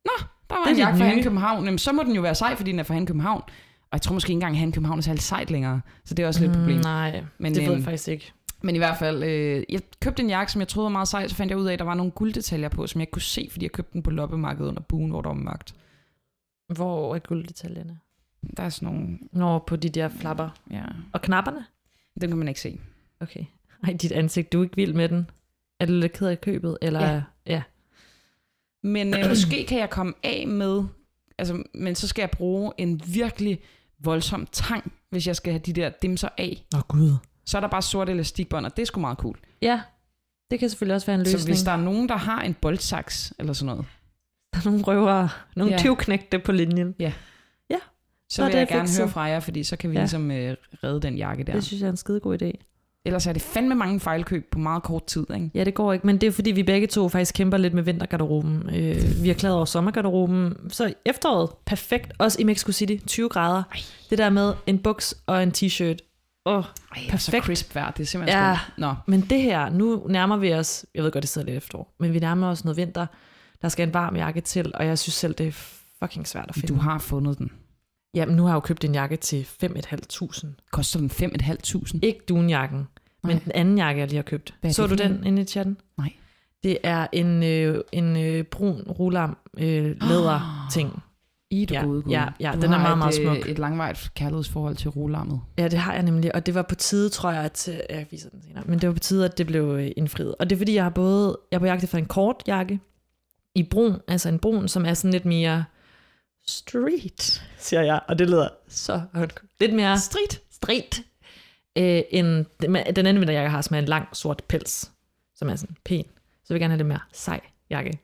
S2: Nå, der
S1: Det
S2: var
S1: er
S2: en
S1: dit
S2: jakke fra
S1: nye.
S2: Han København. Jamen, så må den jo være sej, fordi den er fra Han København. Og jeg tror måske ikke engang, at Han København er særlig sejt længere. Så det er også lidt et problem.
S1: Mm, nej,
S2: Men,
S1: men, det ved
S2: øhm,
S1: jeg faktisk ikke.
S2: Men i hvert fald, øh, jeg købte en jakke, som jeg troede var meget sej, så fandt jeg ud af, at der var nogle gulddetaljer på, som jeg ikke kunne se, fordi jeg købte den på loppemarkedet under buen, hvor der var mørkt.
S1: Hvor er gulddetaljerne?
S2: Der er sådan nogle,
S1: Når på de der flapper.
S2: ja,
S1: Og knapperne?
S2: dem kan man ikke se.
S1: Okay. Ej, dit ansigt, du er ikke vild med den. Er du lidt ked af købet? Eller?
S2: Ja.
S1: Ja. ja.
S2: Men øh, måske kan jeg komme af med, altså, men så skal jeg bruge en virkelig voldsom tang, hvis jeg skal have de der dimser af.
S1: Åh, oh, Gud.
S2: Så er der bare sort elastikbånd, og det er sgu meget cool.
S1: Ja, det kan selvfølgelig også være en løsning.
S2: Så hvis
S1: der...
S2: der er nogen, der har en boldsaks eller sådan noget,
S1: der er nogle røvere, nogle
S2: Ja.
S1: ja. tyvknægte på linjen.
S2: så,
S1: Så
S2: så
S1: er
S2: vil
S1: det
S2: jeg gerne
S1: fikset.
S2: høre fra jer, fordi så kan vi ja.
S1: Ja.
S2: ligesom øh, redde den jakke
S1: Ja.
S2: der.
S1: Det synes jeg er en skide god idé.
S2: Ellers er det fandme mange fejlkøb på meget kort tid, ikke?
S1: Ja, det går ikke, men det er fordi, vi begge to faktisk kæmper lidt med vintergarderoben. Øh, vi har klaret over sommergarderoben. Så efteråret, perfekt. Også i Mexico City, 20 grader.
S2: Ej.
S1: Det der med en buks og en t-shirt. Åh, oh,
S2: Ej, Perfekt. så
S1: Perfekt.
S2: crisp vejr, det er simpelthen
S1: Ja.
S2: ja. Nå,
S1: Men det her, nu nærmer vi os, jeg ved godt, det sidder lidt efterår, men vi nærmer os noget vinter. Der skal en varm jakke til, og jeg synes selv, det er fucking svært at finde.
S2: du har fundet den.
S1: Jamen, nu har jeg jo købt en jakke til 5.500.
S2: Koster den 5.500?
S1: Ikke dunjakken, men
S2: Nej.
S1: den anden jakke, jeg lige har købt.
S2: Hvad er
S1: Så
S2: det
S1: du
S2: for en?
S1: den inde i chatten?
S2: Nej.
S1: Det er en, øh, en øh, brun rulam øh, læder ting.
S2: Ah, I du
S1: Ja,
S2: gode, gode.
S1: ja, ja,
S2: du
S1: den er
S2: har
S1: meget, meget
S2: et,
S1: smuk.
S2: øh, et langvejt kærlighedsforhold til rolammet.
S1: Ja, det har jeg nemlig, og det var på tide, tror jeg, at ja, jeg viser den senere, men det var på tide, at det blev øh, indfriet. Og det er fordi, jeg har både, jeg er på jagt efter en kort jakke i brun, altså en brun, som er sådan lidt mere street, siger jeg, og det lyder så hardcore. lidt mere
S2: Street.
S1: street, øh, end den den anden vinterjakke, jeg har, som er en lang sort pels, som er sådan pæn. Så jeg vil gerne have lidt mere sej jakke.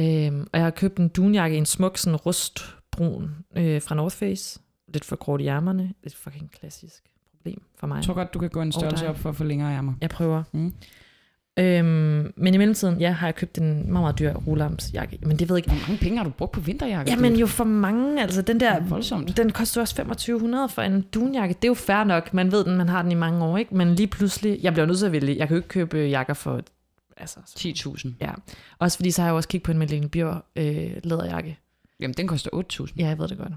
S1: Øhm, og jeg har købt en dunjakke i en smuk, sådan rustbrun øh, fra North Face. Lidt for kort i ærmerne. Lidt fucking klassisk problem. problem for mig.
S2: Jeg tror godt, du kan gå en størrelse
S1: dig.
S2: op for at få længere ærmer.
S1: Jeg prøver.
S2: Mm.
S1: Øhm, men i mellemtiden, ja, har jeg købt en meget, meget dyr rolamsjakke. Men det ved jeg ikke.
S2: Hvor mange penge har du brugt på vinterjakker?
S1: Jamen
S2: dude?
S1: jo for mange, altså den
S2: Det
S1: der...
S2: er voldsomt.
S1: Den koster jo også 2500 for en dunjakke. Det er jo fair nok. Man ved den, man har den i mange år, ikke? Men lige pludselig, jeg bliver nødt til at vælge. Jeg kan jo ikke købe øh, jakker for... Altså,
S2: 10.000.
S1: også fordi så har jeg jo også kigget på en Melanie Bjør øh, læderjakke.
S2: Jamen, den koster 8.000.
S1: Ja, jeg ved det godt.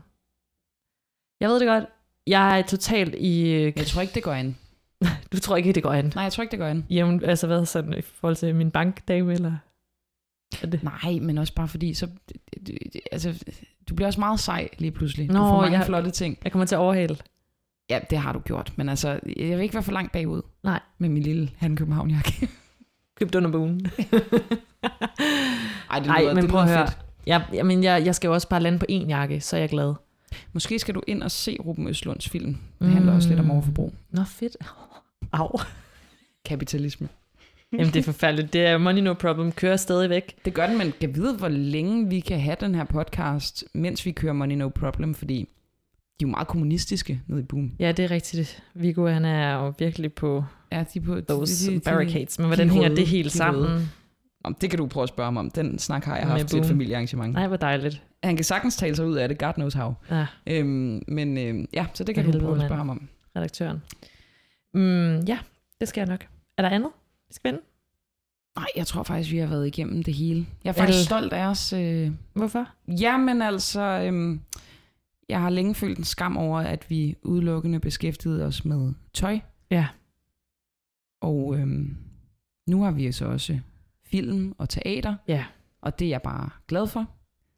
S1: Jeg ved det godt. Jeg er totalt i... øh,
S2: Jeg tror ikke, det går an.
S1: Du tror ikke, det går an.
S2: Nej, jeg tror ikke, det går an.
S1: Jamen, altså hvad sådan i forhold til min bankdame, eller... Er det?
S2: Nej, men også bare fordi, så, du, altså, du bliver også meget sej lige pludselig. du
S1: Nå,
S2: får mange
S1: jeg-
S2: flotte ting.
S1: Jeg kommer til at overhale.
S2: Ja, det har du gjort, men altså, jeg vil ikke være for langt bagud.
S1: Nej.
S2: Med min lille han københavn jakke
S1: Købt under <laughs> bugen.
S2: Ej, det
S1: Nej, men prøv at høre.
S2: fedt.
S1: jeg, jamen, jeg, jeg skal jo også bare lande på én jakke, så er jeg glad.
S2: Måske skal du ind og se Ruben Østlunds film. Det handler også lidt om
S1: Mm.
S2: overforbrug.
S1: Nå, fedt. <laughs> Au.
S2: Kapitalisme.
S1: Jamen, det er forfærdeligt. Det er money no problem. Kører stadig væk.
S2: Det gør den, men kan vide, hvor længe vi kan have den her podcast, mens vi kører Money No Problem, fordi de er jo meget kommunistiske nede i Boom.
S1: Ja, det er rigtigt. Viggo, han er jo virkelig på
S2: Ja, de er på...
S1: those
S2: de, de, de,
S1: barricades. Men hvordan hænger
S2: røde,
S1: det helt
S2: de
S1: sammen?
S2: om, det kan du prøve at spørge mig om. Den snak har jeg
S1: Med
S2: haft til et
S1: Boom.
S2: familiearrangement.
S1: Nej, hvor dejligt.
S2: Han kan sagtens tale sig ud af det, God knows how.
S1: Ja,
S2: Øhm, men øhm, ja, så det kan
S1: For
S2: du prøve
S1: helvede,
S2: at spørge ham om.
S1: redaktøren. Mm, ja, det skal jeg nok. Er der andet, vi skal vende?
S2: Nej, jeg tror faktisk, vi har været igennem det hele. Jeg er faktisk
S1: Vel.
S2: stolt af os. Øh...
S1: Hvorfor?
S2: Jamen altså, øhm, jeg har længe følt en skam over, at vi udelukkende beskæftigede os med tøj.
S1: Ja.
S2: Og øhm, nu har vi jo så også film og teater.
S1: Ja.
S2: Og det er jeg bare glad for.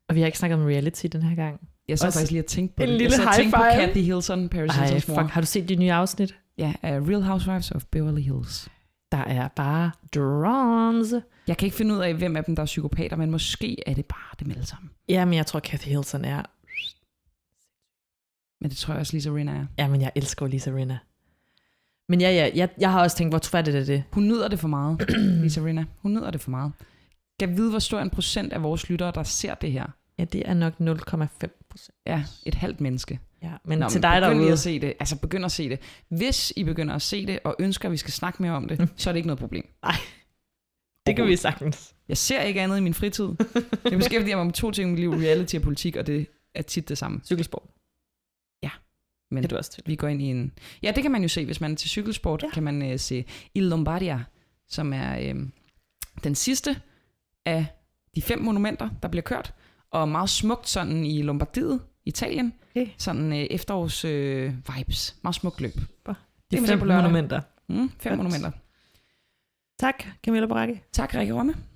S1: Og vi har ikke snakket om reality den her gang.
S2: Jeg sad
S1: Også
S2: faktisk lige og tænkte på
S1: en
S2: det.
S1: lille
S2: jeg sad og
S1: high
S2: tænkte på
S1: five.
S2: Kathy Hilton, Paris
S1: Ej,
S2: Hiltons mor.
S1: fuck. Har du set de nye afsnit?
S2: Ja, af Real Housewives of Beverly Hills.
S1: Der er bare drums.
S2: Jeg kan ikke finde ud af, hvem af dem, der er psykopater, men måske er det bare dem alle sammen.
S1: Jamen, jeg tror, Kathy Hilton er...
S2: Men det tror jeg også, Lisa Rinna er.
S1: Jamen, jeg elsker jo Lisa Rinna. Men ja, ja, jeg, jeg har også tænkt, hvor troværdigt er det?
S2: Hun nyder det for meget, <clears throat> Lisa Rinna. Hun nyder det for meget. Kan vide, hvor stor en procent af vores lyttere, der ser det her,
S1: Ja, det er nok 0,5 procent.
S2: er et halvt menneske.
S1: Ja, men Nå, til
S2: begynd
S1: dig
S2: lige
S1: derude,
S2: at se det. Altså, begynd at se det. Hvis I begynder at se det, og ønsker, at vi skal snakke mere om det,
S1: <laughs>
S2: så er det ikke noget problem.
S1: det kan vi sagtens.
S2: Jeg ser ikke andet i min
S1: <laughs>
S2: fritid. Jeg beskæftiger mig med to ting i mit liv, reality og politik, og det er tit det samme.
S1: Cykelsport.
S2: Ja, men-
S1: men det er du også til.
S2: Vi går ind i en... Ja, det kan man jo se, hvis man er til cykelsport, ja.
S1: Ja.
S2: kan man øh, se Il Lombardia, som er øh, den sidste af de fem monumenter, der bliver kørt, og meget smukt sådan i Lombardiet, Italien.
S1: Okay.
S2: Sådan øh, efterårs øh, vibes. Meget smukt løb.
S1: De
S2: Det kan vi se
S1: fem
S2: på lørdag.
S1: monumenter.
S2: Mm, fem
S1: Godt.
S2: monumenter.
S1: Tak, Camilla Boracchi.
S2: Tak, Rikke Romme.